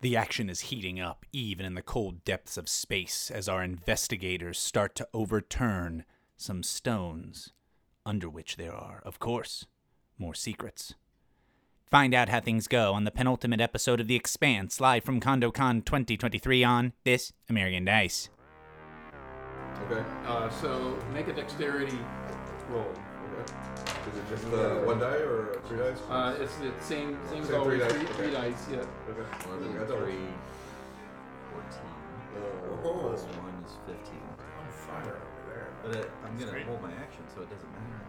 The action is heating up even in the cold depths of space as our investigators start to overturn some stones, under which there are, of course, more secrets. Find out how things go on the penultimate episode of The Expanse, live from CondoCon 2023 on This American Dice. Okay. Uh, so make a dexterity roll. Okay. Is it just uh, one die or three dice? Uh, it's the same same as Same three always. dice, Three, okay. three dice. Yeah. okay. Well, we That's got all. three. 14. Oh. Plus one is 15. On fire over there. But it, I'm going to great. hold my action, so it doesn't matter.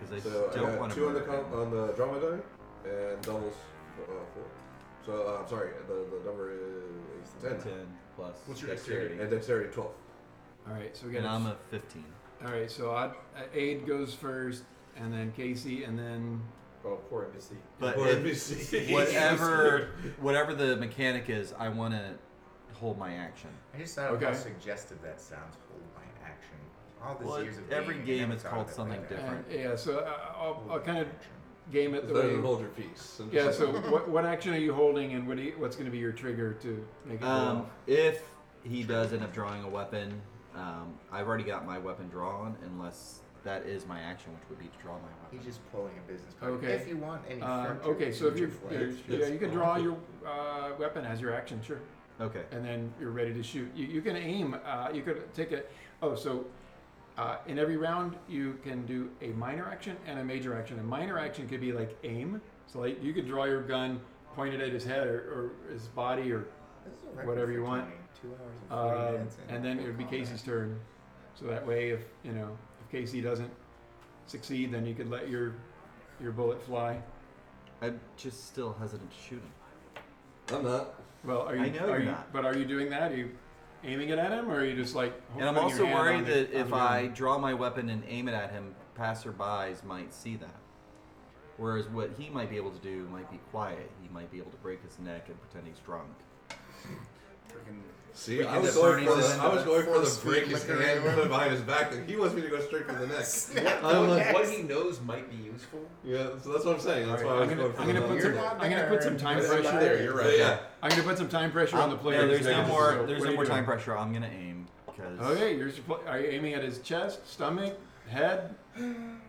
Because I So just I don't got want to. two on the count on the drama die and doubles uh, four. So uh, I'm sorry, the, the number is oh, ten. 10 plus. What's your And dexterity twelve. All right. So we got. And a- I'm a 15. all right. So I, uh, Aid goes first, and then Casey, and then Oh, poor NPC. But Or it- NPC. whatever, whatever the mechanic is, I want to hold my action. I just thought Okay. how suggestive that sounds. Hold my action. All these Well, years of every gaming, I game never it's thought of called it like something that. different. and, yeah. So I, I'll, Hold I'll my Oh, kind of action. game it It's the better than way. hold your peace. Yeah. So what, what action are you holding, and what do you, what's going to be your trigger to make it go Um, off? if he does end up drawing a weapon, um, I've already got my weapon drawn, unless that is my action, which would be to draw my He's weapon. just pulling a business card. Okay. If you want any Um, furniture, okay, so if you you're, can you're- fly. yeah, you can draw your uh, weapon as your action, sure, Okay. and then you're ready to shoot. You, you can aim. Uh, you could take a. Oh, so uh, in every round you can do a minor action and a major action. A minor action could be like aim. So like you could draw your gun, point it at his head or, or his body, or This is a record whatever you for want. Tony. Two hours and forty um, minutes. and then it would be combat. Casey's turn. So that way, if you know if Casey doesn't succeed, then you could let your your bullet fly. I'm just still hesitant to shoot him. I'm not. Well, are you? I know are you're you, not. But are you doing that? Are you aiming it at him, or are you just like? And I'm putting your also hand on worried the- that on if the gun? I draw my weapon and aim it at him, passerbys might see that. Whereas what he might be able to do might be quiet. He might be able to break his neck and pretend he's drunk. See, We I can was, get going for Bernie's the, in I was the going for the force break his field liquor hand room. put it behind his back thing. He wants me to go straight for the neck. I Snap was the like, neck. What he knows might be useful. yeah, so that's what I'm saying. That's why I I'm was gonna, going for I'm gonna the put You're some. not I'm gonna put some there. time You're not pressure. there. You're But yeah, I'm gonna put some time pressure on the player. Yeah, there's Yeah, no just- more. So There's what no are more you time doing? pressure. I'm gonna aim because Okay, you're. just- Are you aiming at his chest, stomach, head?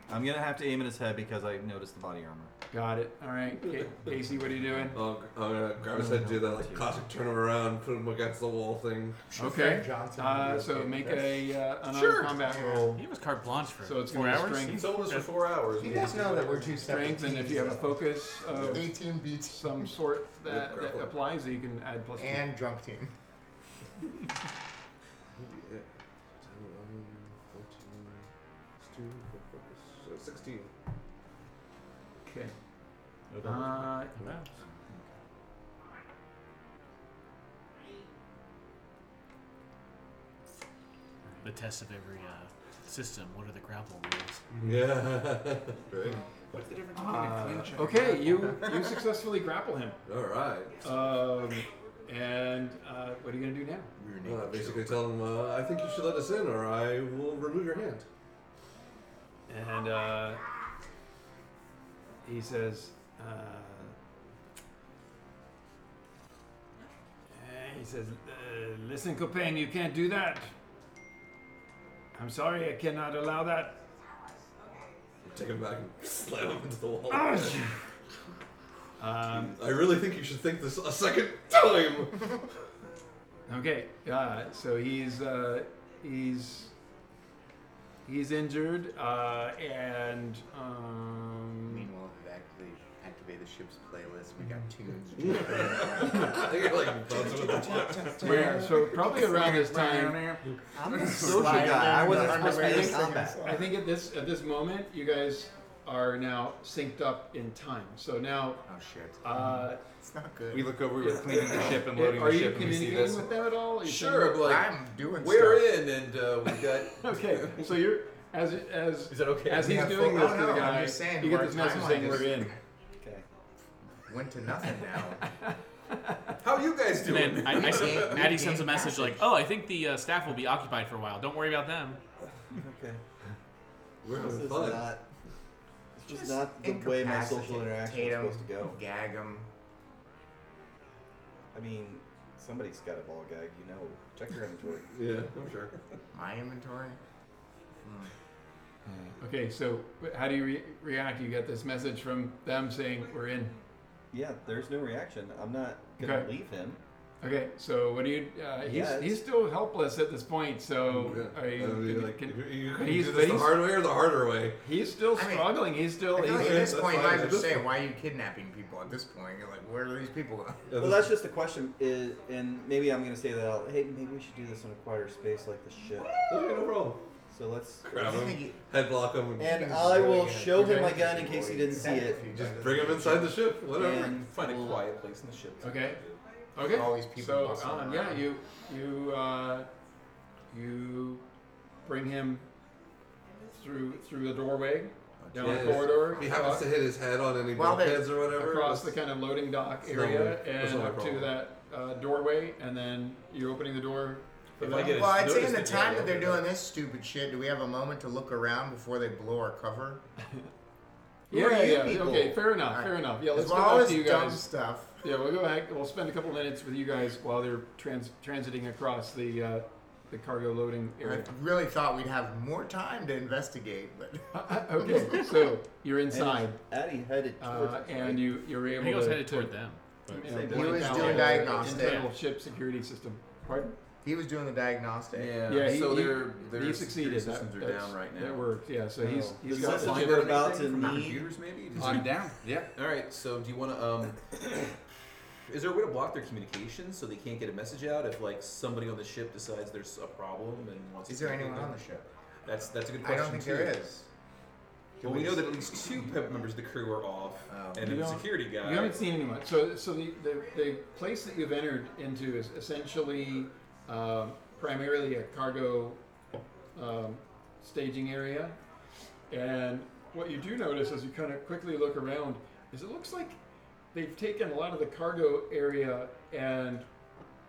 I'm gonna have to aim at his head because I noticed the body armor. Got it. All right, Ca- Casey, what are you doing? I'll, I'm gonna grab his head, do that like classic turn him around, put him against the wall thing. Okay. Frank Johnson would Uh, be so okay make with a uh, unarmed Sure. combat roll. He was carte blanche for So it's four gonna be hours. strength. He's It's almost for four hours. You guys know that we're two separate Strength, and if you have a teams. focus of 18 beats some sort that, Yeah, that grappling. applies, you can add plus. two. and drunk team. Yeah. 10, 11, 14, 16. Okay. Uh, The test of every uh, system. What are the grapple rules? Yeah. Great. What's the difference Uh, okay, you you successfully grapple him. All right. Um, and uh, what are you gonna do now? Uh, basically, tell him uh, I think you should let us in, or I will remove your hand. And uh, he says, uh, eh, he says, uh, listen, Copain, you can't do that. I'm sorry, I cannot allow that. Take him back and slam him into the wall. Um, I really think you should think this a second time. Okay, uh, so he's uh, he's he's injured, uh, and um, Meanwhile, we've actually activated the ship's playlist. We got tunes. I think I like bouncing with the top. where, so probably around this time, I'm a social guy. down I the wasn't supposed to underwear be in singing combat. song. I think at this at this moment, you guys are now synced up in time. So now, Oh shit. uh, It's not good. We look over. We're cleaning the ship and loading are the you ship, and we see this. communicating with them at all? Are you sure, sending- but like I'm doing we're stuff. in, and uh, we got. Okay, so you're as as Is that okay? as We he's have doing full- this oh, to the no, I'm guy, just saying, you get our this message timeline saying is- we're in. Okay. Went to nothing now. How are you guys And doing? then I, I sent- Game- Maddie game sends a message like, passage. "Oh, I think the uh, staff will be occupied for a while. Don't worry about them." Okay. We're This having is fun. not. It's just, not the way my social incapacitate interaction is Tatum, supposed to go. Gag him. I mean, somebody's got a ball gag, you know. Check your inventory. Yeah, I'm sure. My inventory. Hmm. Okay, so wh- how do you re- react? You get this message from them saying we're in. yeah, there's no reaction. I'm not gonna Okay. leave him. Okay, so what do you? Uh, he's Yeah, he's it's- still helpless at this point. So Yeah. Oh, are you, I mean, can- like, can- if you- you but can he's- do but this the he's- hard way or the harder way? he's still I mean, struggling. he's still. I feel He's, like at this that's point, you fine. might as well Just- say, why are you kidnapping people at this point? You're like, where are these people going? Yeah, Well, this- that's just the question. Is and maybe I'm gonna say that. Out, hey, maybe we should do this in a quieter space like the ship. Okay, no problem. So let's. Grab him, head block him, and And I will show him my gun in case he didn't see it. Just bring him inside the ship. Whatever. And Find a we'll- quiet place in the ship. Okay. Okay. All these people So bustling um, yeah, around. you you uh, you bring him through through the doorway down Yeah, the corridor. If he happens to hit his head on any Well, they- bulkheads or whatever. across the that's- kind of loading dock It's area not my- it's and not my up to problem. that uh, doorway, and then you're opening the door. For If them. I get a Well, I'd say in the notice time that they they're don't doing this stupid shit, do we have a moment to look around before they blow our cover? Who are yeah, you yeah, people? okay, fair enough, All right. fair enough. Yeah, let's As go well back as to you dumb guys. stuff. Yeah, we'll go back. We'll spend a couple minutes with you guys while they're trans- transiting across the uh, the cargo loading I area. really thought we'd have more time to investigate, but okay, so you're inside, Addy headed towards uh, us, and right? you you're able He was to headed toward them. you know, Say that. point He was out doing the diagnostic. internal ship security system. Pardon? he was doing the diagnostic. Yeah. Yeah, he- so he- their their he security succeeded. That- systems are that's- down right now. That worked. Yeah, so he's Oh. he's Does got this some mean good- we're about to from our need- computers maybe? Does- All I'm down. Yeah. right. So do you want to um? Is there a way to block their communications so they can't get a message out if like somebody on the ship decides there's a problem and wants? Is to there communicate anyone on the with ship? them? That's that's a good I question. don't think there too. is. Well, we know that at least two pep members of the crew are off, Oh. and You then the don't- security guy. You haven't seen anyone. So, so the, the, the place that you've entered into is essentially um, primarily a cargo um, staging area. And what you do notice as you kind of quickly look around is it looks like they've taken a lot of the cargo area and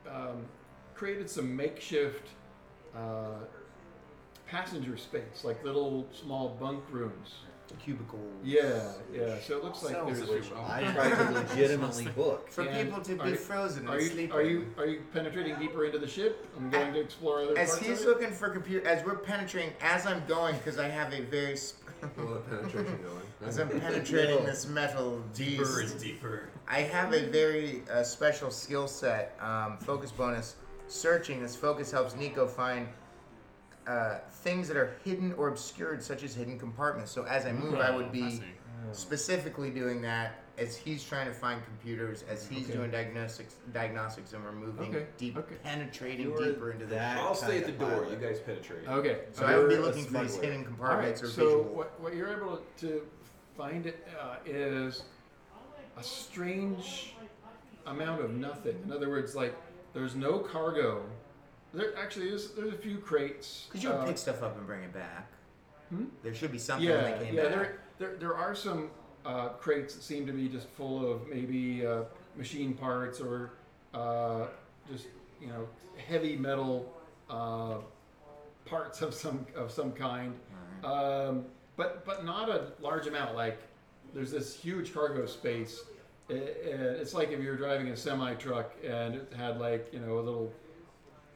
um, created some makeshift uh, passenger space, like little small bunk rooms. Cubicle. Yeah, yeah. So it looks like Cells, there's if a you Which I tried to legitimately book. For And people to are be you- frozen Are and you sleeping. are you are you penetrating deeper into the ship? I'm going to explore other As parts he's of it. looking for computer, as we're penetrating, as I'm going, because I have a very, sp- A lot of penetration going. as I'm penetrating this metal Deeper beast, and deeper. I have a very uh, special skill set, um, focus bonus, searching. This focus helps Nico find uh, things that are hidden or obscured, such as hidden compartments. So as I move, I would be fascinating. Hmm. specifically doing that as he's trying to find computers, as he's Okay. doing diagnostics, diagnostics, and we're moving Okay, deep, okay. penetrating You're deeper into that. that I'll stay at the kinda door. pilot. You guys penetrate. Okay. So I would be You're a looking for these smuggler. hidden All right. compartments or So visual. what, what you're able to find uh, is a strange amount of nothing. In other words, like there's no cargo. There actually is. There's a few crates. Because you would uh, pick stuff up and bring it back. Hmm? There should be something Yeah, when they came yeah. back. There, there, there are some uh, crates that seem to be just full of maybe uh, machine parts or uh, just you know heavy metal uh, parts of some of some kind. Um, but but not a large amount. Like there's this huge cargo space. I- I- It's like if you were driving a semi truck and it had like you know a little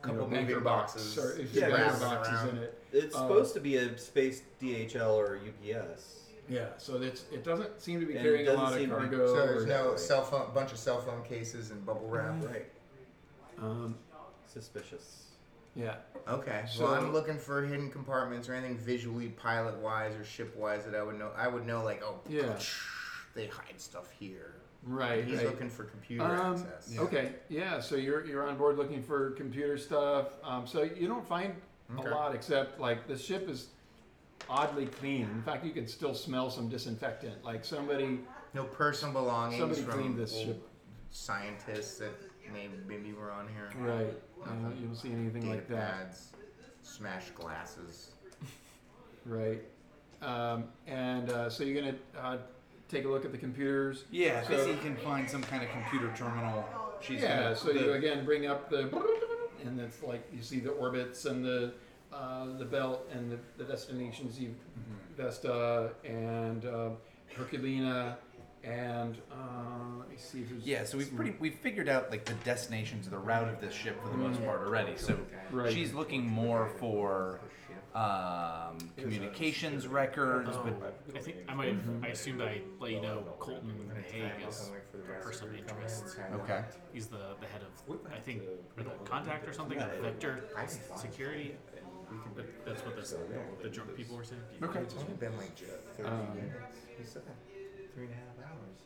you Couple know, moving anchor boxes box or if Yeah, you got wrapped boxes around. in it. It's Um, supposed to be a space DHL or UPS. Yeah, so it's, it doesn't seem to be And it carrying a doesn't lot of seem to be- cargo. so there's or- no cell phone, bunch of cell phone cases and bubble wrap. Mm-hmm. Right. um, Suspicious. yeah. Okay. So- well, I'm looking for hidden compartments or anything visually pilot wise or ship wise that I would know. I would know like oh Yeah. they hide stuff here. Right. He's right. looking for computer Um, access. okay. Yeah. So you're you're on board looking for computer stuff. Um, so you don't find Okay. a lot except like the ship is oddly clean. In fact, you can still smell some disinfectant. Like somebody No personal belongings somebody from cleaned this old ship. scientists that maybe maybe were on here. Right. Uh, you don't see anything Data like that. pads, smashed glasses. Right. Um, and uh, so you're gonna uh, take a look at the computers. Yeah. So- Busy can find some kind of computer terminal. She's yeah, gonna- so you the- again bring up the, and it's like you see the orbits and the uh, the belt and the, Mm-hmm. the destinations you Vesta and uh, Herculina And uh, let me see if there's Yeah, so we've pretty we've figured out like the destinations, the route of this ship for the Mm. most part already. So Mm. Right. she's looking more for um, communications records, Oh. Oh. but I think I might. Mm-hmm. I assume that I let you know Colton Haig is a person of interest. okay. He's the, the head of I think or the contact or something or Vector Security. That- That's what the, the drunk people were saying. Okay. It's only been like 30 Um, minutes. He said that. Three and a half hours.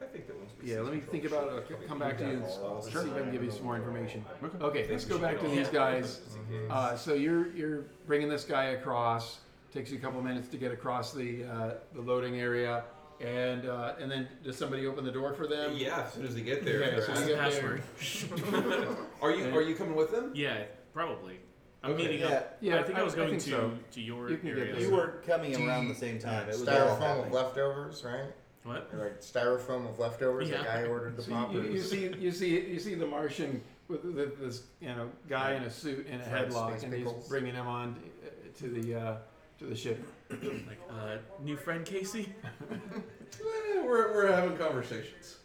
I think that once we Yeah, see let me control think ship, about it. I'll Come back to you and s- see if I can give you some more information. Okay. Okay, let's go back to these guys. Mm-hmm. Uh, so you're you're bringing this guy across. Takes you a couple minutes to get across the uh, the loading area, and uh, and then does somebody open the door for them? Yeah, as soon as they get there. Okay, they're so out. you get there. Password. Are you are you coming with them? Yeah, probably. I'm meeting Yeah, up. yeah, I think I, I- was I going think to so. to your You can get area. there. You were coming Do around you- the same time. It was all Styrofoam happening. of leftovers, right? What? Like styrofoam of leftovers. Yeah. The guy who ordered the So you, you poppers. see you see you see the Martian with the, this you know guy in a suit and a Fried headlock, space and he's pickles. bringing him on uh, to the uh, to the ship. Like uh, new friend Casey. Eh, we're, we're having conversations.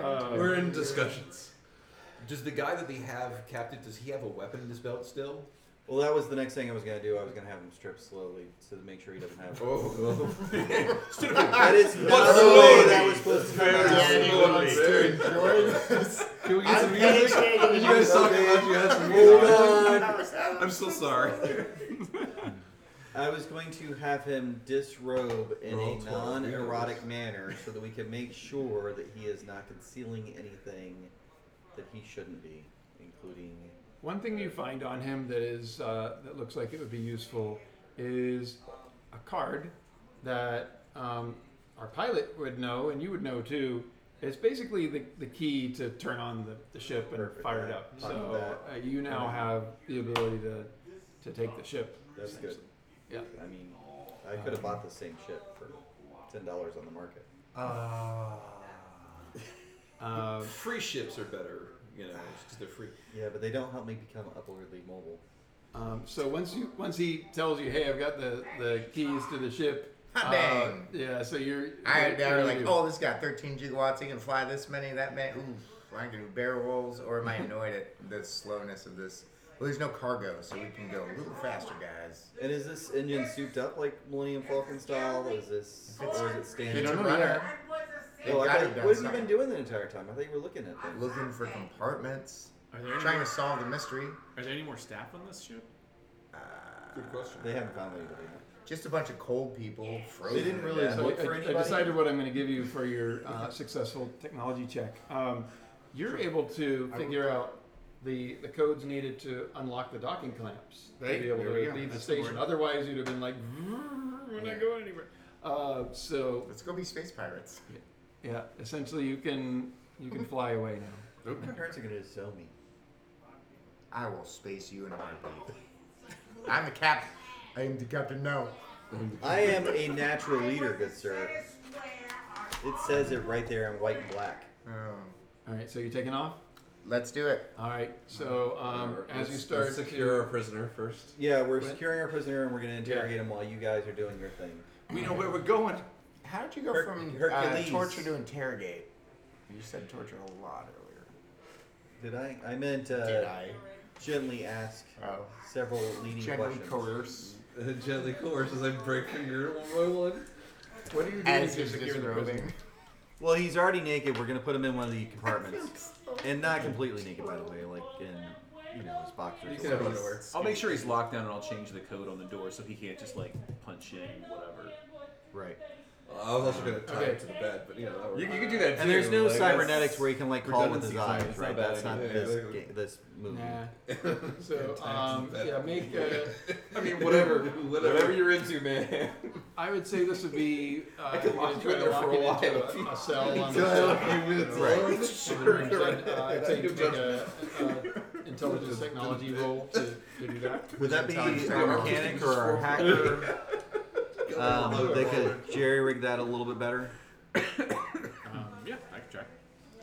Uh, We're in discussions. Does the guy that they have captive? Does he have a weapon in his belt still? Well, that was the next thing I was gonna do. I was gonna have him strip slowly to make sure he doesn't have. Oh, That is not the way slowly. that was supposed to come out. Danny wants to enjoy this. can we get I'm some music? meditating. you guys talking about you had some I'm so sorry. I was going to have him disrobe in Roll a twelve non-erotic manner so that we can make sure that he is not concealing anything that he shouldn't be, including. One thing you find on him that is uh, that looks like it would be useful is a card that um, our pilot would know and you would know too. It's basically the, the key to turn on the, the ship and Perfect. fire it up. Copy So that. uh, you now have the ability to, to take the ship. That's good. Yeah. I mean, I could have bought the same ship for ten dollars on the market. Um, Free ships are better, you know, because they're free. Yeah, but they don't help me become upwardly mobile. Um, so once you once he tells you, hey, I've got the, the keys to the ship. uh, Bang. yeah, so you're. I you're- had down you're like, ready to- oh, this got 13 gigawatts. He can fly this many, that many. Ooh, I can do barrel rolls. Or am I annoyed at the slowness of this? Well, there's no cargo, so we can go a little faster, guys. And is this engine souped up like Millennium Falcon style? Is this or is it You standard? don't know Runner, yet. They've Oh, I got thought- it done what have you somewhere. been doing the entire time? I thought you were looking at things. Looking for compartments. Are there any Trying more, to solve the mystery. are there any more staff on this ship? Good question. They haven't found anybody. yet. Just a bunch of cold people. Frozen They didn't to really death. So look for I, I anybody. decided what I'm going to give you for your uh, successful technology check. Um, you're able to figure out the the codes needed to unlock the docking clamps Hey, to be able there we to go. leave the That's the station. word. Otherwise, you'd have been like, we're Yeah. not going anywhere. Uh, so Let's go be space pirates. yeah, essentially, you can you can fly away now. My parents are gonna sell me. I will space you in a heartbeat. I'm the captain. I am the captain now. I am a natural leader, good sir. It says it right there in white and black. Um, All right, so you're taking off. let's do it. All right, so um, as you Let's- start let's secure our prisoner first. Yeah, we're securing our prisoner and we're gonna interrogate him while you guys are doing your thing. We know where we're going. How did you go Her- from uh, Hercules. torture to interrogate? You said torture a lot earlier. Did I? I meant uh, Did I? gently ask Oh. several leading Generally questions. coerce. Gently coerce as I break finger one by one. what are you doing As to he's secure the prisoner? disrobing. Well, he's already naked. We're gonna put him in one of the compartments, and not completely naked, by the way, like in you know his boxers. You can have underwear. I'll make sure he's locked down, and I'll change the code on the door so he can't just like punch in whatever. Right. I was also gonna tie Okay. it to the bed, but you know that You, works. you could do that too. And there's no like, that's- cybernetics where he can like crawl with his redundancy eyes, claim, it's not right? a bad That's not idea. this Yeah. ga- this movie. Nah. so um, Tax. yeah, make. Uh, I mean, whatever, Whatever. whatever you're into, man. I would say this would be. Uh, I could lock you in there for a while. A, a cell on Until a the few minutes Right. later. and, uh, I'd say you make a, a intelligence technology roll to, to do that. Would that be Sometimes a I don't. mechanic or a hacker? um, they could jerry rig that a little bit better. Um, yeah, I can try.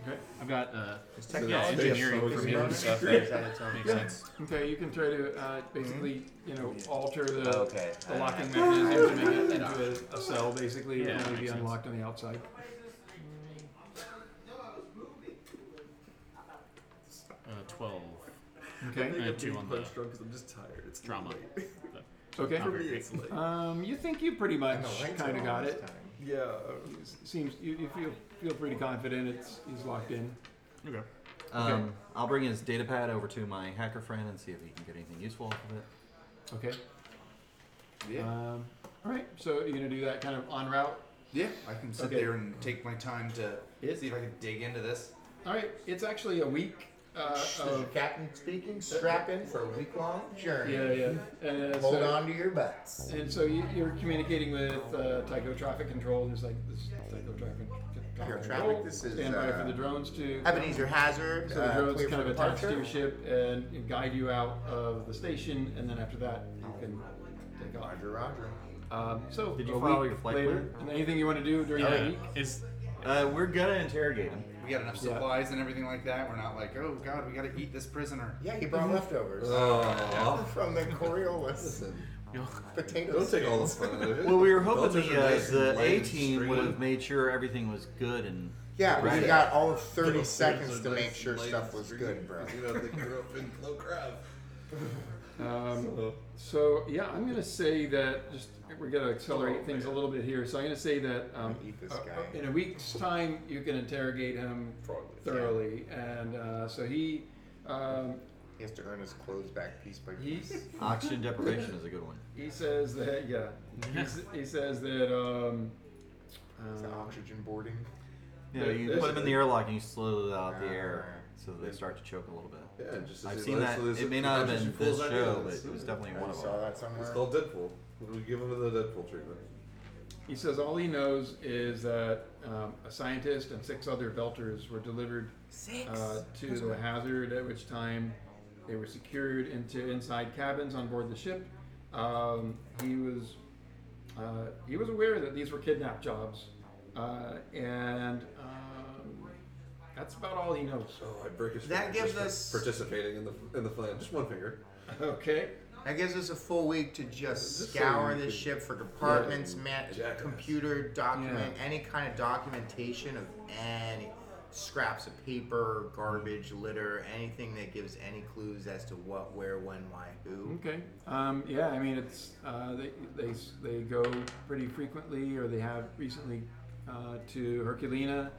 Okay. I've got uh, It's yeah, technology. engineering so for me and it's stuff. Is That that its own makes thing? sense. Okay, you can try to uh, basically, Mm-hmm. you know, alter the, Oh, Okay. the locking mechanism to make it into a, a cell, basically. Yeah, it that only be makes sense. unlocked on the outside. Uh, Twelve. Okay. I have two on the because I'm just tired. It's drama. Okay. Not very great. Um, you think you pretty much kind of got it. Yeah. S- Seems you, you feel feel pretty confident. It's he's locked in. Okay. Um, I'll bring his data pad over to my hacker friend and see if he can get anything useful off of it. Okay. Um, all right. So you're gonna do that kind of on route. Yeah, I can sit Okay. there and take my time to Yes. see if I can dig into this. All right. It's actually a week. Uh, This is of, Captain speaking. Strap in for a week long journey. yeah, yeah. Uh, Hold so- on to your butts. And so you, you're communicating with uh, Tycho Traffic Control, who's like this Tycho Traffic Tycho Control. Traffic, this is, stand by uh, for the drones to. Ebenezer Hazard. So the uh, drones clear kind of for attach to departure. your ship and guide you out of the station, and then after that you can take off. Roger, Roger. Um, so Did you a follow week your flight later? plan? And anything you want to do during that Yeah. week? Is Uh, we're gonna interrogate him. We got enough Yeah. supplies and everything like that. We're not like, oh god, we gotta eat this prisoner. Yeah, he brought leftovers Oh. from the Coriolis Listen, potato don't take all the skins. fun out of it. Well, we were hoping Filters the, are uh, nice and the light A and team would streaming. have made sure everything was good and Yeah, we Right. got all of 30 Little seconds kids to are nice make sure and light stuff and was screaming good, bro. 'cause, You know, they grew up in low crab. Um, uh, so yeah, I'm gonna say that just we're gonna accelerate things a little bit here. So I'm gonna say that um, Eat this uh, guy. in a week's time you can interrogate him thoroughly, and uh, so he um, He has to earn his clothes back piece by piece. he's oxygen deprivation is a good one. He says that yeah. He, s- he says that um. It's the uh, oxygen boarding. You know, There- you there's put them a- in the airlock and you slow it out the air Ah. so that they start to choke a little bit. Yeah, and just I've as- seen that. so there's It a- may not have there's been a this fool's idea. show, but It's- it was definitely one I of saw them. that somewhere. It's called Deadpool. We give him the Deadpool treatment. he says all he knows is that um, a scientist and six other Velters were delivered uh, to the hazard, at which time they were secured into inside cabins on board the ship. Um, he was uh, he was aware that these were kidnap jobs, uh, and um, that's about all he knows. Oh, I break his That finger gives just for us- participating in the in the plan. Just one finger. Okay. That gives us a full week to just Just so scour we this could- ship for compartments, man, Jackass. computer document, any kind of documentation of any scraps of paper, garbage, litter, anything that gives any clues as to what, where, when, why, who. Okay. Um, yeah, I mean, it's uh, they, they they go pretty frequently, or they have recently uh, to Herculina,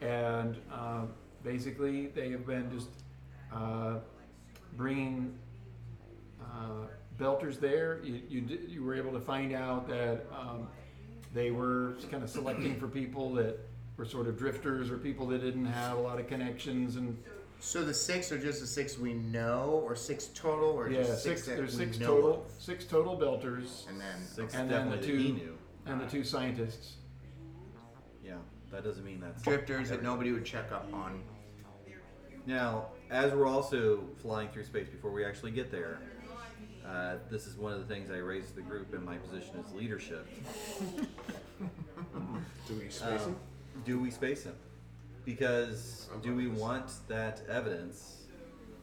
and um, basically they have been just uh, bringing uh, belters there. You you, did, you were able to find out that um, they were kind of selecting for people that were sort of drifters or people that didn't have a lot of connections and So the six are just the six we know, or six total, or yeah, just six, six, that there's we six know total of. six total belters. And then Six And then the definitely that he two- knew. and the two scientists. Yeah, that doesn't mean that's drifters that nobody would check up on. Now, as we're also flying through space before we actually get there, uh, this is one of the things I raised to the group in my position as leadership. Do we space Um, him? do we space him? Because do we want that evidence?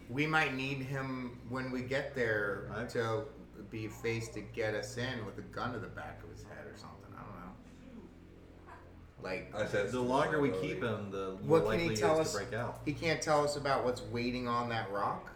We might need him when we get there Right. to be faced to get us in with a gun to the back of his head or something. I don't know. Like, I said The longer Oh, we keep him, the Uh, more what can likely he he is tell to us? break out. He can't tell us about what's waiting on that rock.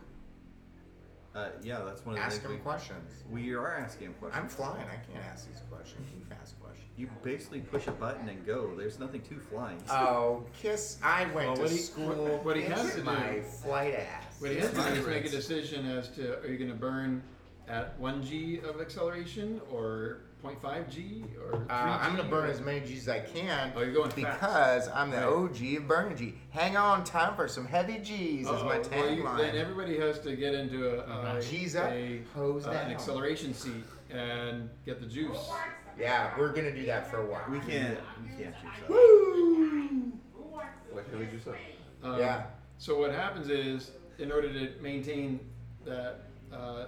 Uh, yeah, that's one of the Ask him things questions. we, we are asking him questions. I'm flying. I can't ask these questions. You can ask questions. You basically push a button and go. There's nothing to flying. Oh, kiss! I went Well, to what he- school. what- what he Kiss has to do- my flight ass. What he has to do is make a decision as to are you going to burn at 1g of acceleration or 0.5g or 3G? Uh, I'm gonna burn as many G's as I can. Oh, you're going fast. because I'm the Right. OG of burning G. Hang on, time for some heavy G's is Uh-oh. my Oh, Well, you- then tagline. everybody has to get into a, a G's up, a- hose uh, down. an acceleration seat and get the juice. yeah, we're gonna do that for a while. We can't. We can't choose that. Why can't we do so? Um, yeah, So what happens is, in order to maintain that uh,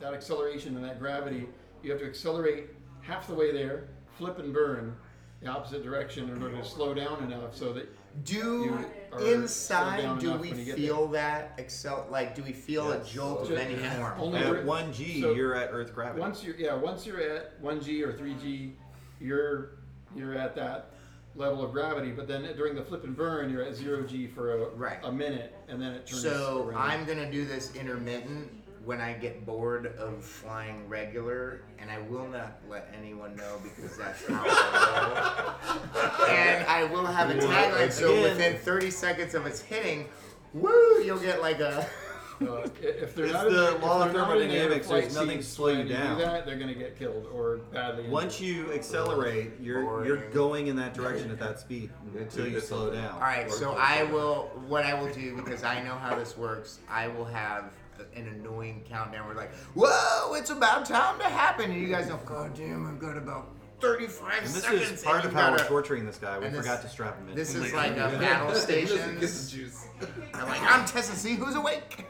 that acceleration and that gravity, you have to accelerate half the way there, flip and burn the opposite direction in order to slow down enough so that Do You are slowed down inside do enough we when you get feel that excel like do we feel a jolt of Just- any yeah. form? Only At we're- 1G, so- you're at Earth gravity. Once you're yeah, once you're at one G or three G, you're you're at that level of gravity. But then during the flip and burn, you're at zero G for a, Right. a minute, and then it turns. So around. I'm gonna do this intermittent when I get bored of flying regular, and I will not let anyone know because that's how I roll. And I will have a tagline, so Again. within 30 seconds of its hitting, woo, you'll get like a. Uh, i- if they're It's not in the their- if law of they're not in their thermodynamics, flight there's nothing seats slowing when you do down. that, they're gonna get killed or badly. Injured. Once you accelerate, you're you're Boring. going in that direction at that speed until you it's slow all- down. All right, so I will. What I will do because I know how this works, I will have an annoying countdown. We're like, whoa, it's about time to happen, and you guys know, god damn, I've got about 35 And this seconds. is part and of you how we're gotta- torturing this guy. We and this- forgot to strap him in. This is like a battle stations. I'm like, I'm testing to see who's awake.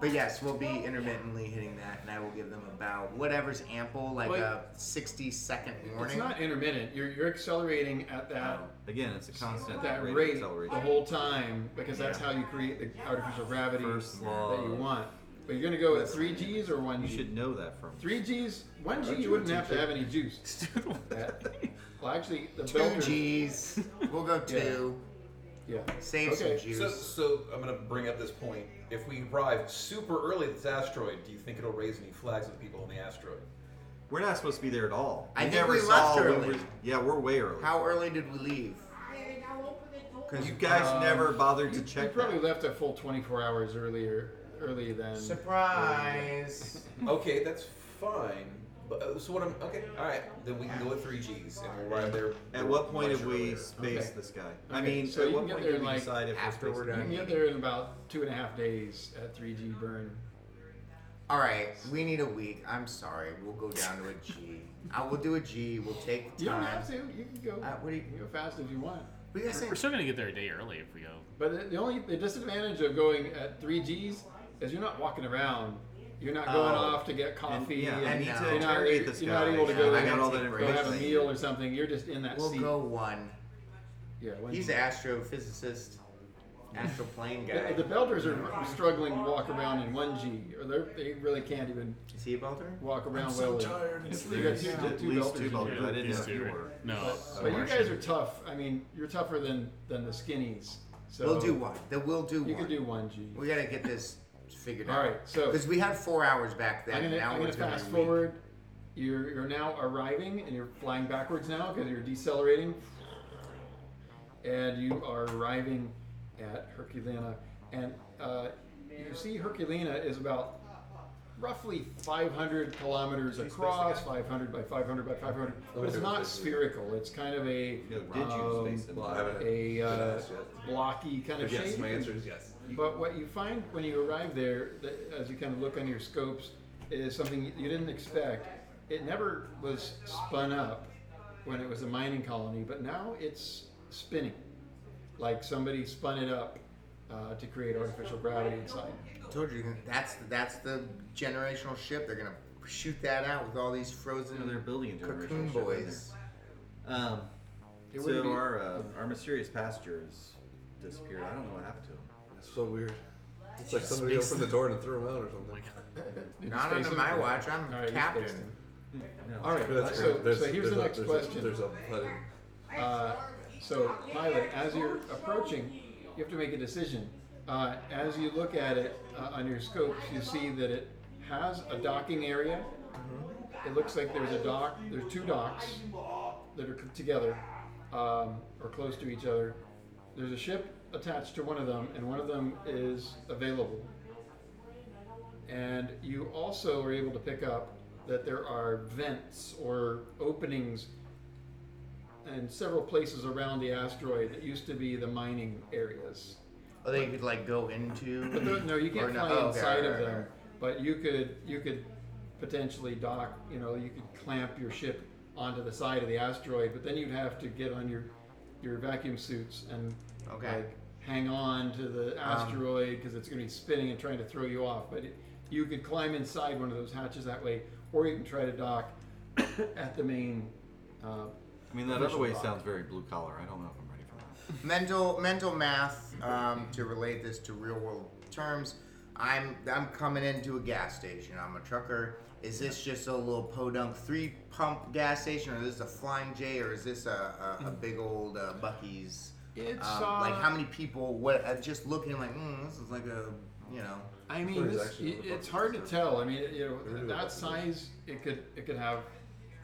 but yes, we'll be intermittently hitting that, and I will give them about whatever's ample, like Well, a 60 second it's warning. not intermittent. You're you're accelerating at that. Again, it's a Um, constant at that rate, rate of the acceleration. whole time because that's how you create the artificial gravity First law. that you want. But you're gonna go at three G's or one You G? should know that from. Three G's, one G. You wouldn't have to have any juice. That- well, actually, the two belter. G's. We'll go two. Yeah. Save Okay, some juice. So, so I'm gonna bring up this point. If we arrive super early at this asteroid, do you think it'll raise any flags with people on the asteroid? We're not supposed to be there at all. I think never we saw left when early. we're- yeah, we're way early. How early did we leave? Because you guys Um, never bothered You, to you check probably that. left a full 24 hours earlier, early than. surprise. Hmm. Okay, that's fine. But, uh, so what I'm okay, all right. Then we can go with three Gs, and we'll arrive there. At what point much have we earlier. spaced Okay. this guy? I Okay, mean, so at you what can get point there do we like decide if after we're we're spaced done. You can get there in about two and a half days at 3G burn. All right, we need a week. I'm sorry. We'll go down to a G. I will do a G. We'll take the You don't time. have to. You can go. Uh, what do you- you can go fast if you want. What do you guys We're think? still gonna get there a day early if we go. But the- the only the disadvantage of going at three Gs is you're not walking around. You're not going Oh. off to get And, coffee. yeah, And, I and need no. to you're not, interrogate you're, this you're guy. not able to Yeah, go I in got all that take go breaks. have a information. meal or something. You're just in that We'll seat. go one. Yeah, when- He's an astrophysicist, astroplane guy. the, the Belters are struggling to walk around in one G, or they they really can't even Is he a belter? walk around well. You got two, two At least Belters two in belters. there. Oh, I didn't know These if two, you right? were. No. But you guys are tough. I mean, you're tougher than than the skinnies. So We'll do one. Then we'll do You one. could do one G. We gotta get this figured out. All right, so- because we had four hours back then. I'm gonna, now I'm we're gonna doing a fast week. forward. You're you're now arriving and you're flying backwards now because you're decelerating, and you are arriving at Herculana, and uh, you see Herculana is about roughly 500 kilometers across, 500 by 500 by 500, but it's not spherical. It's kind of a um, No, did you space him? Well, I haven't. a uh, asked yet. blocky kind of But yes, shape. my answer is yes. But what you find when you arrive there, that, as you kind of look on your scopes, is something you didn't expect. It never was spun up when it was a mining colony, but now it's spinning. Like somebody spun it up uh, to create artificial gravity inside. Told you that's that's the generational ship. They're gonna shoot that out with all these frozen No, they're building a cocoon generational ship in boys. there. Um, It wouldn't be- so our uh, our mysterious passenger has disappeared. I don't know what happened to him. That's so weird. It's like somebody opened the door and threw him out or Oh something. Not under Space my it. watch. I'm All right, you spaced captain. it. All right, That's so, great. There's- so here's there's the a- next there's a- question. There's a button. Uh, so, pilot, as you're approaching, you have to make a decision. Uh, as you look at it uh, on your scopes, you see that it has a docking area. It looks like there's a dock. There's two docks that are together um, or close to each other. There's a ship attached to one of them, and one of them is available. And you also are able to pick up that there are vents or openings and several places around the asteroid that used to be the mining areas. Oh, they could like go into. But no, no you Or can't no- fly oh, okay, inside right, of right, them. right. But you could you could potentially dock. You know, you could clamp your ship onto the side of the asteroid, but then you'd have to get on your your vacuum suits and Okay. Um, like, hang on to the asteroid because it's going to be spinning and trying to throw you off. But it, you could climb inside one of those hatches that way, or you can try to dock at the main. Uh, I mean, that Official other way dock. sounds very blue collar. I don't know if I'm ready mental mental math um, to relate this to real world terms. I'm I'm coming into a gas station. I'm a trucker. Is this just a little podunk three pump gas station, or is this a Flying J, or is this a, a, a big old uh, Bucky's? Hmm. It's, um, like uh, how many people? What uh, just looking like mm, this is like a you know. I Or mean, is this, actually it, what the it's fuck hard to is this? tell. I mean, you Where know, do that the- size, it could it could have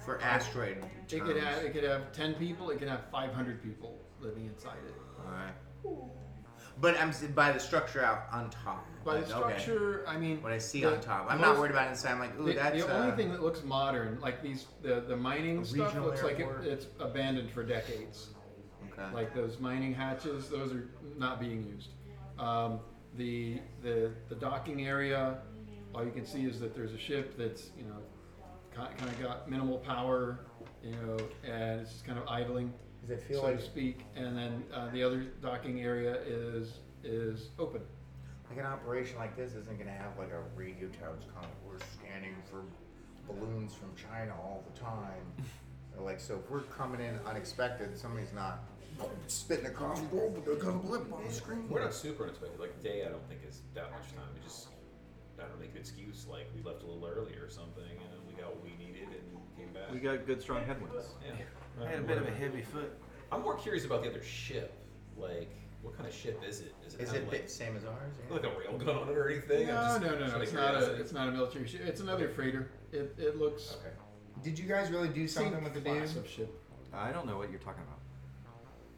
For asteroid it terms. could have it could have ten people. It could have five hundred people living inside it. Alright. But I'm s- by the structure out on top. By the Like, okay. structure, I mean What I see the- on top. the I'm not most- worried about inside. I'm like, ooh, The, that's the only uh, thing that looks modern, like these the the mining stuff, regional looks like it, airport. it's abandoned for decades. okay. Like those mining hatches, those are not being used. Um, the the the docking area, all you can see is that there's a ship that's you know kind kind of got minimal power, you know, and it's just kind of idling, Does it feel so like to speak. And then uh, the other docking area is is open. like an operation like this isn't gonna have like a radio tower that's kind of we're scanning for balloons from China all the time. Or, like so if we're coming in unexpected, somebody's not spitting a coffee bowl, but they're gonna blip on the screen. We're not super unexpected. Like day, I don't think is that much time. We just I don't know, make an excuse like we left a little early or something, and then we got what we needed and came back. We got good strong headwinds. yeah. I had a bit of a heavy foot. I'm more curious about the other ship. Like, what kind of ship is it? Is it, Is kinda it like, the same as ours? Yeah. like a railgun on it or anything? No, I'm just, no, no, just no. out It's of not a curiosity. it's not a military ship. It's another freighter. It, it looks Okay. Did you guys really do same something with the dude? class of ship. I don't know what you're talking about.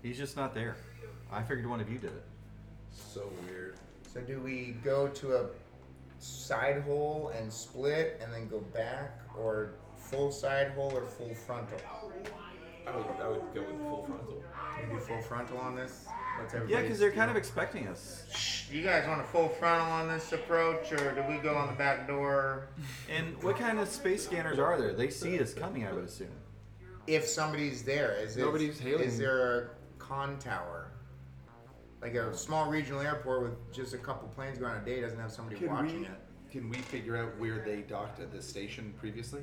He's just not there. I figured one of you did it. So weird. So do we go to a side hole and split and then go back or full side hole or full frontal? I would, I would go with full frontal. Can we do full frontal on this? What's Yeah, everybody's because they're kind of expecting us. You guys want a full frontal on this approach or do we go on the back door? And what kind of space scanners are there? They see us coming, I would assume. If somebody's there, is it, Nobody's hailing. Is there a con tower? Like a small regional airport with just a couple planes going a day doesn't have somebody watching it. can we figure out where they docked at this station previously?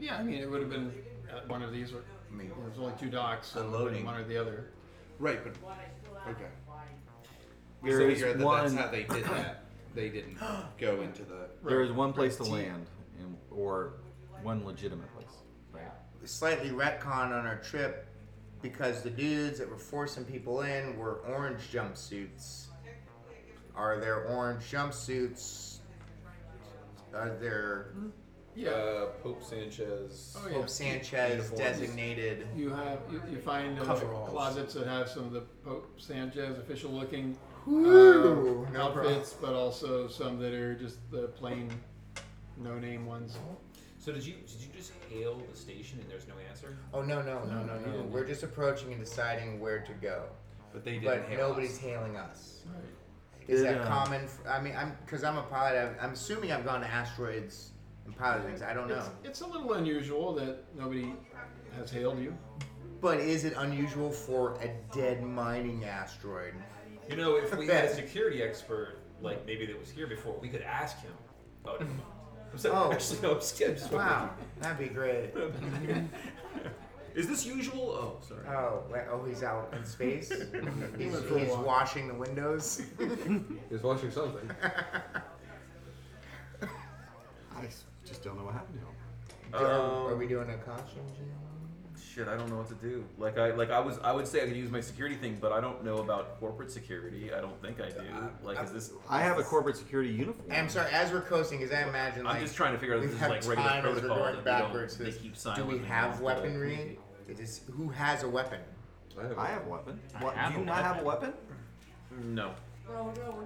Yeah, I mean, it would have been at one of these. Or, I mean, there's only two docks, so it would've been Unloading. one or the other. Right, but okay. We There is figure that one. that's how they did that. They didn't go into the. There is one place to land, and, or one legitimate place. Right. slightly retcon on our trip because the dudes that were forcing people in were orange jumpsuits. Are their orange jumpsuits? Are their Yeah. Uh, Pope Sanchez. oh yeah. Pope Sanchez Uniforms. designated? You have you, you find uh, Coveralls. closets that have some of the Pope Sanchez official looking um, Ooh, no outfits, but also some that are just the plain no name ones. So did you did you just hail the station and there's no answer? Oh no no no no no! We're just approaching and deciding where to go, But they but nobody's hailing us. Right. Is Did, that uh, common? f I I mean, I'm because I'm a pilot. I'm, I'm assuming I've gone to asteroids and pilot things. I don't know. It's, it's a little unusual that nobody has hailed you. But is it unusual for a dead mining asteroid? You know, if we had a security expert, like maybe that was here before, we could ask him. Oh, never mind. I'm sorry. Oh. Actually, no, I'm scared. Just Wow, that'd be great. Is this usual? Oh, sorry. Oh, wait, oh, he's out in space. he's went for a he's walk. washing the windows. He's watching something. I s- just don't know what happened to him. Are we Um, doing a costume? Jim? shit, I don't know what to do. Like I, like I was, I would say I could use my security thing, but I don't know about corporate security. I don't think I Uh, do. Like, is this? I have a corporate security uniform. I'm sorry, as we're coasting, because I imagine like I'm just trying to figure out we if this is have like regular time as we're protocol. going that we backwards. Don't, to they this. keep signing Do we with have the- weaponry? It is who has a weapon? I have. I have a weapon. I What, have do you a not have a weapon? No.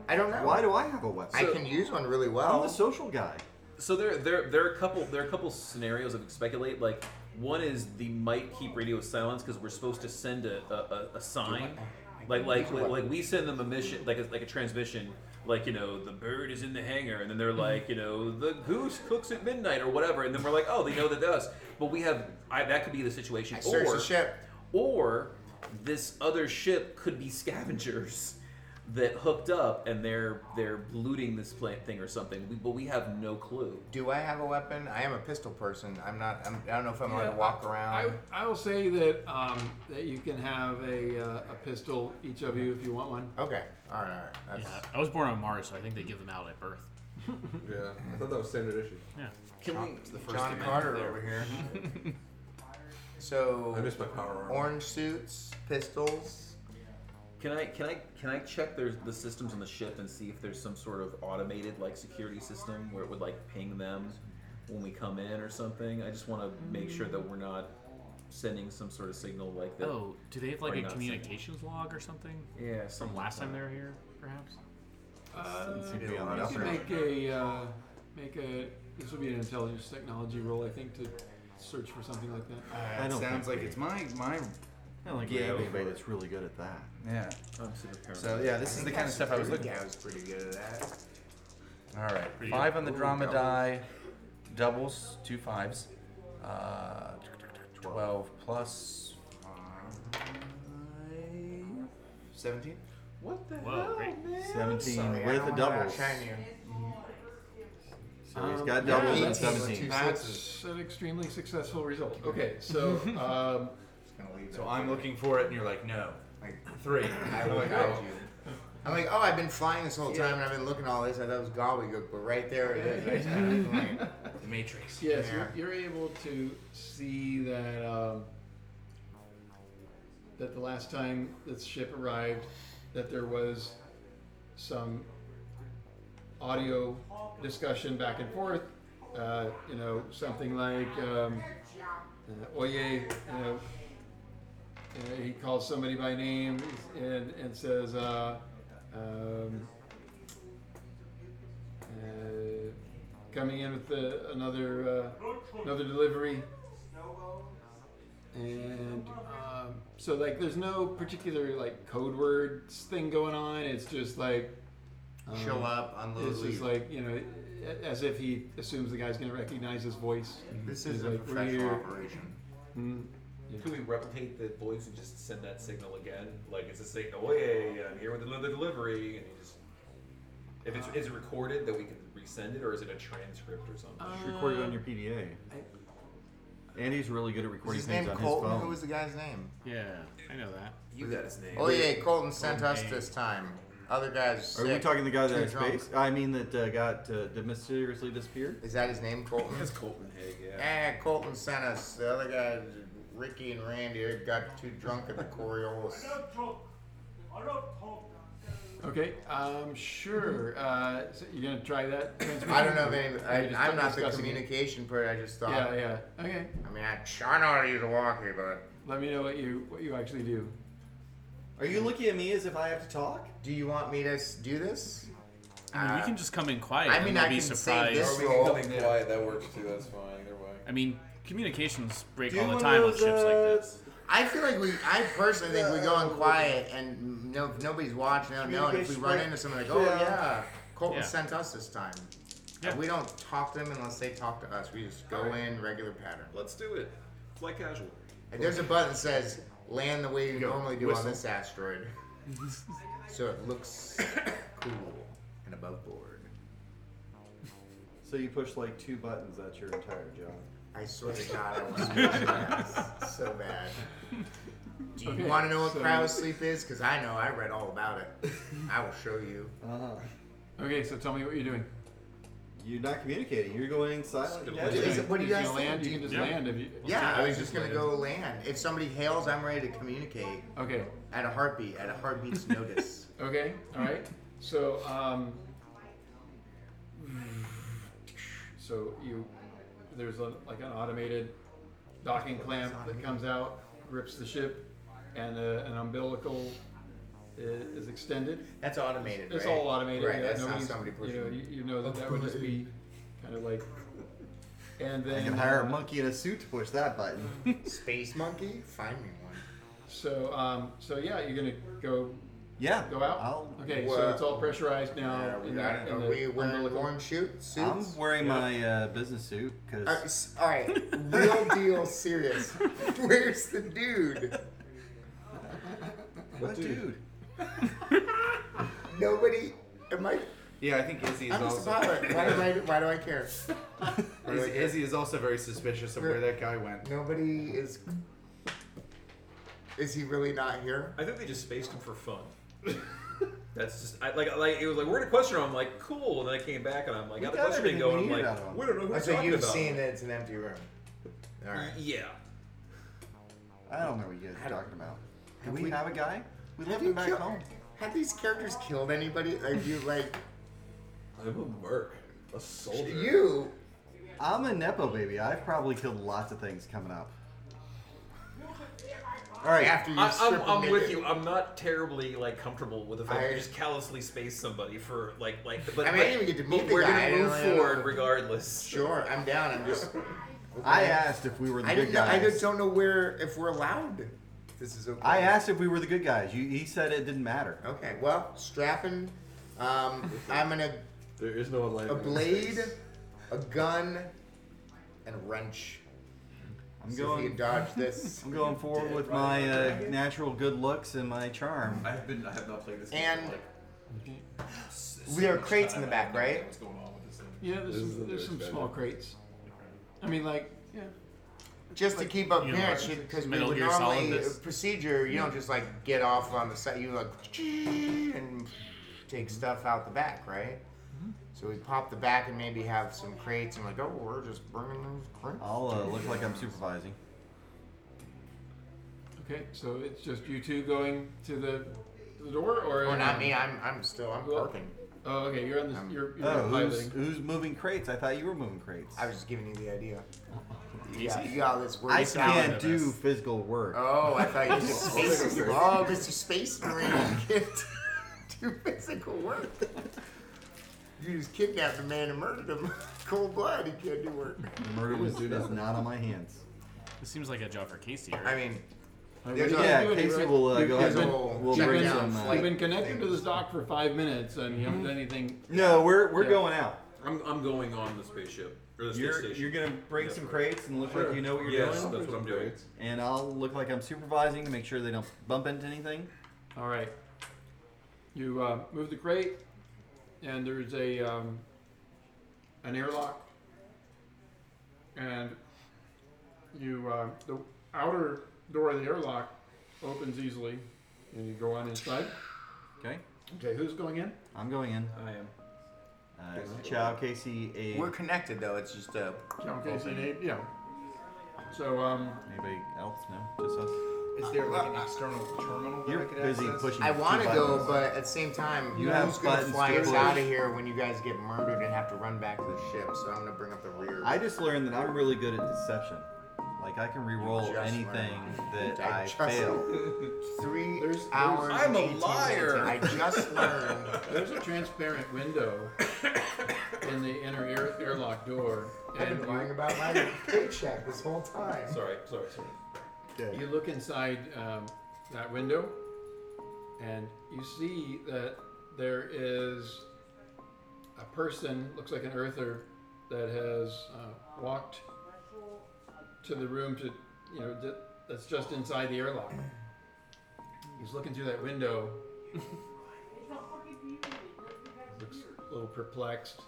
I don't know. Why do I have a weapon? I can use one really I'm well. the social guy. So there, there, there are a couple. There are a couple scenarios that we can speculate. Like one is the might keep radio silence because we're supposed to send a, a, a, a sign, like like like, like we send them a mission, like a, like a transmission, like you know the bird is in the hangar, and then Mm-hmm. they're like you know the goose cooks at midnight or whatever, and then we're like oh they know that us, but we have I, that could be the situation. I search or the ship. or this other ship could be scavengers that hooked up and they're they're looting this plant thing or something. We, but we have no clue. Do I have a weapon? I am a pistol person. I'm not. I'm, I don't know if I'm allowed to Yeah, walk I- around. I, I will say that um, that you can have a, uh, a pistol each of you if you want one. Okay. All right. All right. That's, Yeah, I was born on Mars, so I think they give them out at birth. Yeah, I thought that was standard issue. Yeah. Can we? It's the first John amendment Carter there. over here. so I missed my power armor. orange suits, pistols. Can I can I can I check there's the systems on the ship and see if there's some sort of automated like security system where it would like ping them when we come in or something? I just want to make sure that we're not sending some sort of signal like that. Oh, do they have like Or a not communications log or something? Yeah, From last time they were here, perhaps? Uh, Doesn't seem to be a lot you of can make a uh, make a. This would be an intelligence technology role, I think, to search for something like that. That don't sounds think like we- it's my my. I don't think Yeah, we have but- anybody that's really good at that. Yeah. I'm super paranoid. So yeah, this is the kind of stuff I was looking Yeah, I for. was pretty good at that. All right, Pretty five on the Ooh, drama doubles. die, doubles, two fives, uh, twelve plus five, seventeen. What the Whoa, hell, great. man? Seventeen Sorry, I with don't the wanna doubles. outshine you. So he's Um, got yeah, doubles and that's- seventeen. That's an extremely successful result. Okay, so um, Just gonna leave So that. I'm looking for it, and you're like, no, like three. I will guide you. I'm like, oh, I've been flying this whole time and I've been looking at all this. I thought it was gobbledygook, but right there it is. Right there. Like, The Matrix. yes, Yeah. you're, you're able to see that um, that the last time that the ship arrived, that there was some audio discussion back and forth. Uh, you know, something like, um, uh, "Oye," you know, uh, he calls somebody by name and and says, uh, um, uh, "Coming in with the, another uh, another delivery." And um, so, like, there's no particular like code words thing going on. It's just like um, Show up, unload, it's leave. just like you know, as if he assumes the guy's going to recognize his voice. this He's is a like, we're professional here. operation. Mm. Can we replicate the voice and just send that signal again? Like it's a signal, oh yeah, I'm here with another delivery, and you just if it's is it recorded that we can resend it, or is it a transcript or something? Um, Uh, Record it on your PDA. Andy's really good at Was recording his name things on Colton? his phone. Who was the guy's name? Yeah, I know that. you got his name. Oh yeah, Colton sent us Colton. this time. Other guys. Are we sick, talking the guy too that had drunk. space? I mean, that uh, got uh, that mysteriously disappeared. Is that his name, Colton? That's Colton Haig. Yeah. Eh, Colton sent us. The other guys, Ricky and Randy, got too drunk at the Coriolis. Okay, um, sure. Uh, so you're gonna try that? I don't know if any. transmission? Or you just I, I'm keep not the discussing it? communication person. I just thought. Yeah, yeah. Okay. I mean, I try not to use a walkie, but. Let me know what you what you actually do. Are you looking at me as if I have to talk? Do you want me to s- do this? I mean, we Uh, can just come in quiet. I and mean, they'll I be can save surprised. Or this- we can come in quiet. That works too. That's fine. Either way. I mean, communications break Do all one the of time on those, ships like uh, this. I feel like we. I personally think we go in quiet and no, nobody's watching. No, no. And if we Communication run break. into someone, like, oh yeah, Yeah. Colton Yeah. sent us this time. Yeah. We don't talk to them unless they talk to us. We just go in regular pattern. Let's do it. Fly casual. And there's a button that says land the way you normally do whistle. on this asteroid. so it looks cool and above board. So you push like two buttons. That's your entire job. I swear to God, I want to smash your ass so bad. Do you Okay, want to know what so- cryo sleep is? Because I know. I read all about it. I will show you. Uh huh. Okay, so tell me what you're doing. You're not communicating. You're going silent. Still Yeah, listening. dude. it- what do you gonna guys think? land? Do You can you- just Yeah. land if you. Yeah, see, I I was can just gonna play go land. If somebody hails, I'm ready to communicate Okay. at a heartbeat, at a heartbeat's notice. Okay. All right. So um. So you, there's a, like an automated docking clamp that comes out, grips the ship, and uh, an umbilical i- is extended. That's automated. It's right? all automated. Right. yeah, That's not nobody's- somebody pushing. You know, it. you, you know that that would just be kind of like. And then I can hire a uh, monkey in a suit to push that button. Space monkey, find me one. So um, so yeah, you're gonna go Yeah. go out. I'll, okay, so Well, it's all pressurized now. Yeah, we Oh, in the- got it. in Are the we wearing umbilical. form shoot suits? I'm wearing my uh, business suit because Uh, s- all right, real deal, serious. Where's the dude? what dude? Nobody. Am I? Yeah, I think Izzy is I'm just a also. pilot. Why do I? Why do I care? Why do I Izzy, care? Izzy is also very suspicious of where that guy went. Nobody is. Is he really not here? I think they just spaced him for fun. That's just I, like like it was like we're gonna question him. I'm like cool, and then I came back and I'm like We got the got questioning everything going. I'm we needed like out of him. we don't know who Oh, we're So talking you've about. seen that it's an empty room. All right. Yeah. I don't know what you guys are talking about. Do Have we, we- have a guy? We Have left you him back killed- home. Have these characters killed anybody? Have you like I'm a merc, a soldier. you? I'm a nepo baby. I've probably killed lots of things coming up. All right. After you I, strip I'm, them I'm with naked? you. I'm not terribly like comfortable with the fact that I- you just callously space somebody for like like. But I mean, I didn't even get to meet but the we're guy, I gonna didn't move really know. forward regardless. Sure, I'm down. I'm just. I asked if we were the I good don't know. I guys. just don't know where if we're allowed. if This is okay. I asked if we were the good guys. You, he said it didn't matter. Okay. Well, strapping. Um, I'm gonna There is no a alignment. blade, a gun, and a wrench. I'm See if you going. can dodge this. I'm going forward with my uh, natural good looks and my charm. I have been. I have not played this. And there are crates in the back, right? What's going on with this thing? Yeah, there's This is the some, there's some newest small version. crates. I mean, like, yeah. Just to keep up You know, parents, because we Metal would Gear Solid normally uh, this. procedure. You don't just like get off on the side. You like and take stuff out the back, right? Mm-hmm. So we pop the back and maybe have some crates and like, oh, we're just bringing those crates. I'll uh, look like I'm supervising. Okay, so it's just you two going to the, the door, or Or not me. I'm I'm still I'm Well, parking. Oh, okay. You're on this. Um, You're, you're Oh, who's, piloting. who's moving crates? I thought you were moving crates. I was just giving you the idea. Yeah, you got all this word I salad. can't do physical work. Oh, I thought you just space. oh, Mr. Space Marine can't do physical work. You just kidnapped a man and murdered him. Cold blood. He can't do work. The murder was is not on my hands. This seems like a job for Casey. Right? I mean, Yeah, there's a, doing it, Casey right? will uh, You've- go you've ahead. there's a and- whole We'll check bring down some. flight. uh, You've been connected to this dock for five minutes, and you haven't Mm-hmm. done anything. No, we're we're Yeah. going out. I'm, I'm going on the spaceship or the space You're station. you're gonna bring some crates and look like you know what you're yes, doing, that's what I'm doing. and I'll look like I'm supervising to make sure they don't bump into anything. All right. You uh, move the crate, and there's a um, an airlock, and you uh, the outer door of the airlock opens easily, and you go on inside. Okay, Okay, who's going in? I'm going in. I am. Uh, ciao, Casey. A We're connected though. It's just a. John Casey and Abe. Yeah. So um, anybody else? No, just us. Is there like an external terminal that I You're could busy access? pushing. I two want to go, buttons. but at the same time, You who's have gonna buttons fly to us push. out of here when you guys get murdered and have to run back to the ship? So I'm gonna bring up the rear. I just learned that I'm really good at deception. Like I can You re-roll just anything learned. that I I just- fail. three There's- there's- hours. I'm and a 18 minutes liar. in. I just learned. There's a transparent window in the inner air, airlock door, I've and been you, lying about my paycheck this whole time. Sorry, sorry, sorry. you look inside um, that window, and you see that there is a person, looks like an earther, that has uh, walked to the room to, you know, that- that's just inside the airlock. He's looking through that window. Looks a little perplexed.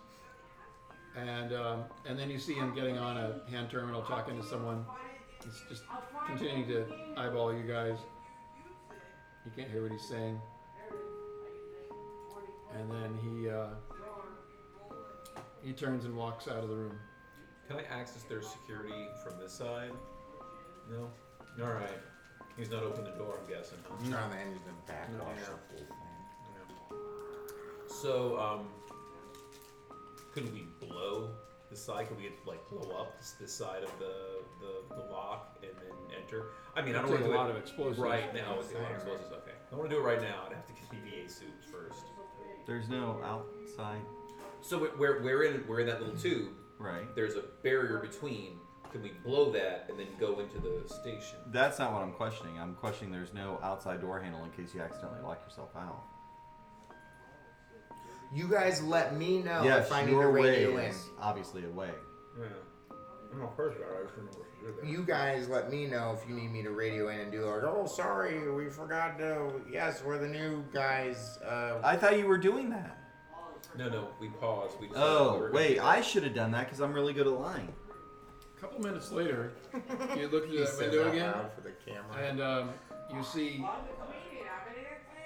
And um, and then you see him getting on a hand terminal, talking to someone. He's just continuing to eyeball you guys. You can't hear what he's saying. And then he uh, he turns and walks out of the room. Can I access their security from this side? No. All right. He's not opened the door. I'm guessing. No, the engine's been back No, off yeah. the whole So, um, could we blow the side? Could we like blow up this, this side of the, the the lock and then enter? I mean, I don't Take want a to do lot it of explosives. right now. It's a lot of explosives. Okay, I want to do it right now. I'd have to get the EVA suit first. There's no outside, So we- we're we're in we're in that little tube. right? There's a barrier between. Can we blow that and then go into the station? That's not what I'm questioning. I'm questioning there's no outside door handle in case you accidentally lock yourself out. thing. You guys let me know yes, Oh, if I need to your way radio in. is obviously a way. Yeah. I'm a first guy. I just remember to do that. You guys let me know if you need me to radio in and do like, oh, sorry, we forgot to. Yes, we're the new guys. Uh, I thought you were doing that. No, no, we paused. We decided we Oh, were wait, I should have done that because I'm really good at lying. A couple minutes later, you look through He that said window out again, loud for the camera. and um, you see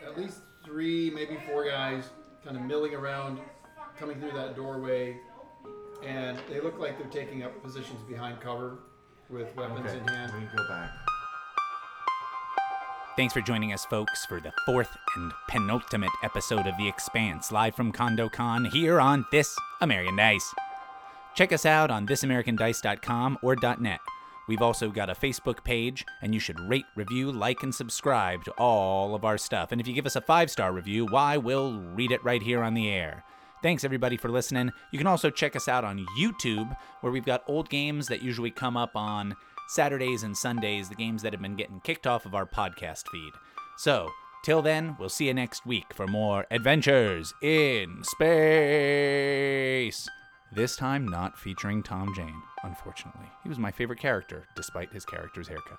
at least three, maybe four guys kind of milling around, coming through that doorway, and they look like they're taking up positions behind cover with weapons Okay, in hand. we go back. Thanks for joining us, folks, for the fourth and penultimate episode of The Expanse, live from CondoCon here on This American Dice. Check us out on thisamericandice.com or .net. We've also got a Facebook page, and you should rate, review, like, and subscribe to all of our stuff. And if you give us a five-star review, why, we'll read it right here on the air. Thanks everybody for listening. You can also check us out on YouTube, where we've got old games that usually come up on Saturdays and Sundays, the games that have been getting kicked off of our podcast feed. So, till then, we'll see you next week for more adventures in space. This time, not featuring Tom Jane, unfortunately. He was my favorite character, despite his character's haircut.